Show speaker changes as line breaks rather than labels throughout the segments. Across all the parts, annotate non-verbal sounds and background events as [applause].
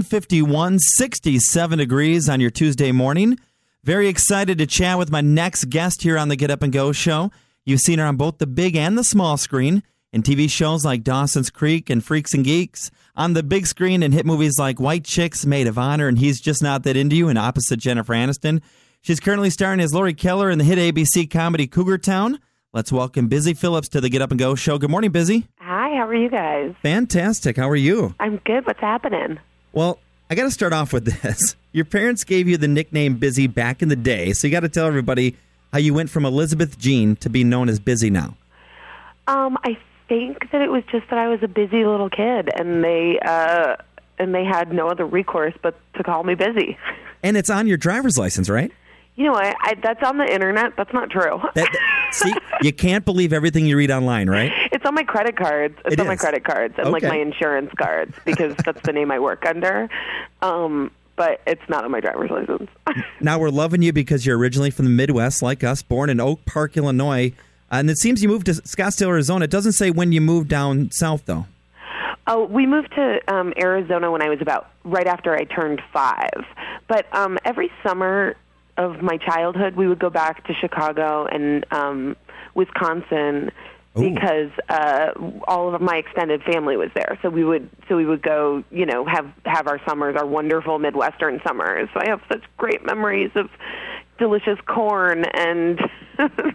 951, 67 degrees on your Tuesday morning. Very excited to chat with my next guest here on the Get Up and Go show. You've seen her on both the big and the small screen in TV shows like Dawson's Creek and Freaks and Geeks, on the big screen in hit movies like White Chicks, Maid of Honor, and He's Just Not That Into You, and opposite Jennifer Aniston. She's currently starring as Lori Keller in the hit ABC comedy Cougar Town. Let's welcome Busy Phillips to the Get Up and Go show. Good morning, Busy.
Hi, how are you guys?
Fantastic. How are you?
I'm good. What's happening?
Well, I got to start off with this. [laughs] Your parents gave you the nickname Busy back in the day, so you got to tell everybody how you went from Elizabeth Jean to being known as Busy now.
Um, I think that it was just that I was a busy little kid, and they uh, and they had no other recourse but to call me busy. [laughs]
And it's on your driver's license, right?
You know, I, I that's on the internet. That's not true.
That, that- see, you can't believe everything you read online, right?
[laughs] it's on my credit cards. It's
It
on my
is.
credit cards and like
Okay.
my insurance cards because that's the name I work under. Um, but it's not on my driver's license. [laughs]
Now we're loving you because you're originally from the Midwest, like us, born in Oak Park, Illinois. And it seems you moved to Scottsdale, Arizona. It doesn't say when you moved down south, though.
Oh, we moved to um, Arizona when I was about right after I turned five. But um, every summer of my childhood, we would go back to Chicago and um, Wisconsin because uh, all of my extended family was there. So we would so we would go, you know, have have our summers, our wonderful midwestern summers. So I have such great memories of delicious corn and [laughs]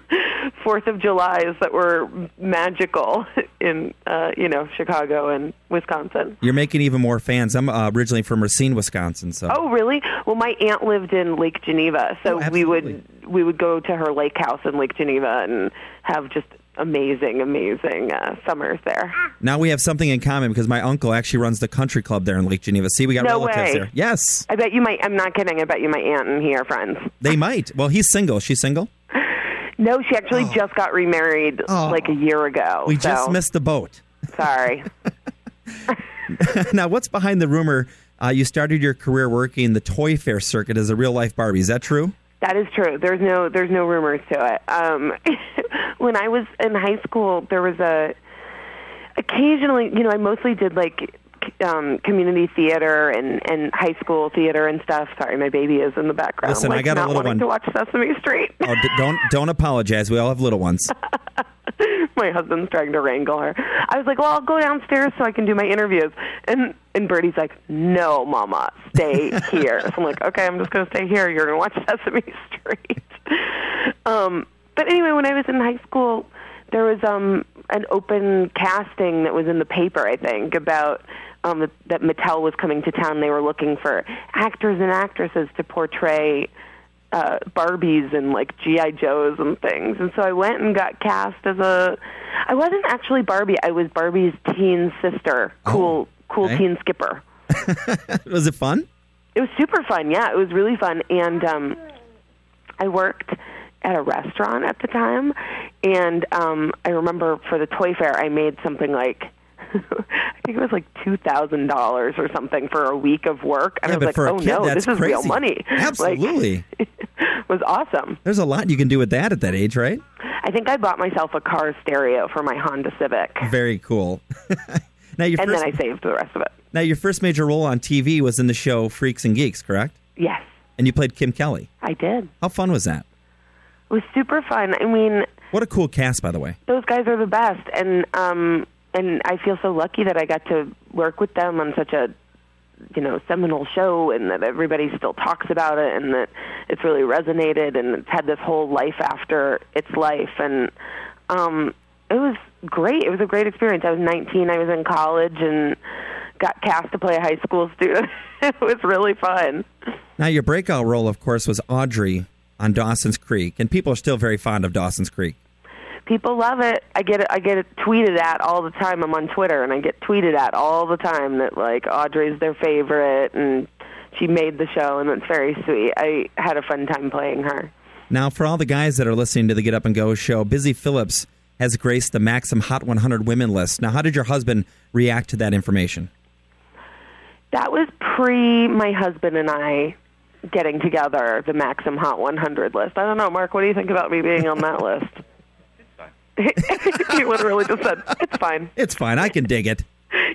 Fourth of July's that were magical in uh, you know Chicago and Wisconsin.
You're making even more fans. I'm uh, originally from Racine, Wisconsin, so
Oh, really? Well, my aunt lived in Lake Geneva, so
Oh,
we would
absolutely.
we would go to her lake house in Lake Geneva and have just amazing, amazing uh, summers there.
now we have something in common because my uncle actually runs the country club there in Lake Geneva. See, we got
No
relatives
way.
there. Yes.
I bet you might. I'm not kidding. I bet you my aunt and he are friends.
They might. Well, he's single. She's single.
No, she actually just got remarried
Oh.
like a year ago.
We
so,
just missed the boat. [laughs]
Sorry.
now, what's behind the rumor? Uh, you started your career working the toy fair circuit as a real life Barbie. Is that true?
That is true. There's no there's no rumors to it. Um, [laughs] when I was in high school, there was a occasionally, you know, I mostly did like c- um, community theater and and high school theater and stuff. Sorry, my baby is in the background.
Listen, I
like,
got a
not
little
wanting
one.
to watch Sesame Street. [laughs]
Oh, d- don't don't apologize. We all have little ones. [laughs]
[laughs] my husband's trying to wrangle her. I was like, "Well, I'll go downstairs so I can do my interviews." And and Bertie's like, "No, Mama, stay here." so I'm like, "Okay, I'm just gonna stay here. You're gonna watch [laughs] Sesame Street." [laughs] Um, but anyway, when I was in high school, there was um an open casting that was in the paper, I think, about um that, that Mattel was coming to town. They were looking for actors and actresses to portray uh, Barbies and like GI Joes and things. And so I went and got cast as a. I wasn't actually Barbie. I was Barbie's teen sister, cool,
Oh,
cool
okay.
teen skipper.
Was it fun?
It was super fun. Yeah, it was really fun. And um, I worked at a restaurant at the time, and um, I remember for the toy fair, I made something like. [laughs] I think it was like two thousand dollars or something for a week of work, and
Yeah, but
I was like,
for a
"Oh
kid,
no,
that's
this is real
crazy.
money!" [laughs] Like,
Absolutely.
it was awesome.
There's a lot you can do with that at that age, right?
I think I bought myself a car stereo for my Honda Civic,
Very cool. [laughs] now your
and
first
then I saved the rest of it.
now your first major role on TV was in the show Freaks and Geeks, correct?
Yes,
And you played Kim Kelly.
I did. It
How fun was that?
was super fun. I mean,
What a cool cast, by the way.
those guys are the best, and um, and I feel so lucky that I got to work with them on such a you know seminal show, and that everybody still talks about it, and that it's really resonated, and it's had this whole life after its life, and um, it was great. It was a great experience. I was 19. I was in college, and got cast to play a high school student. [laughs] it was really fun.
Now your breakout role, of course, was Audrey on Dawson's Creek, and people are still very fond of Dawson's Creek.
People love it. I get it. I get it tweeted at all the time. I'm on Twitter, and I get tweeted at all the time that like Audrey's their favorite, and she made the show, and that's very sweet. I had a fun time playing her.
Now, for all the guys that are listening to the Get Up and Go show, Busy Phillips has graced the Maxim Hot 100 Women list. Now, how did your husband react to that information?
That was pre my husband and I getting together the Maxim Hot 100 list. I don't know, Mark. What do you think about me being on that list? [laughs] It's fine. you literally just said it's fine.
It's fine. I can dig it.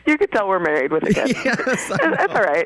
you could tell we're married with a kid.
Yes, I
That's all right.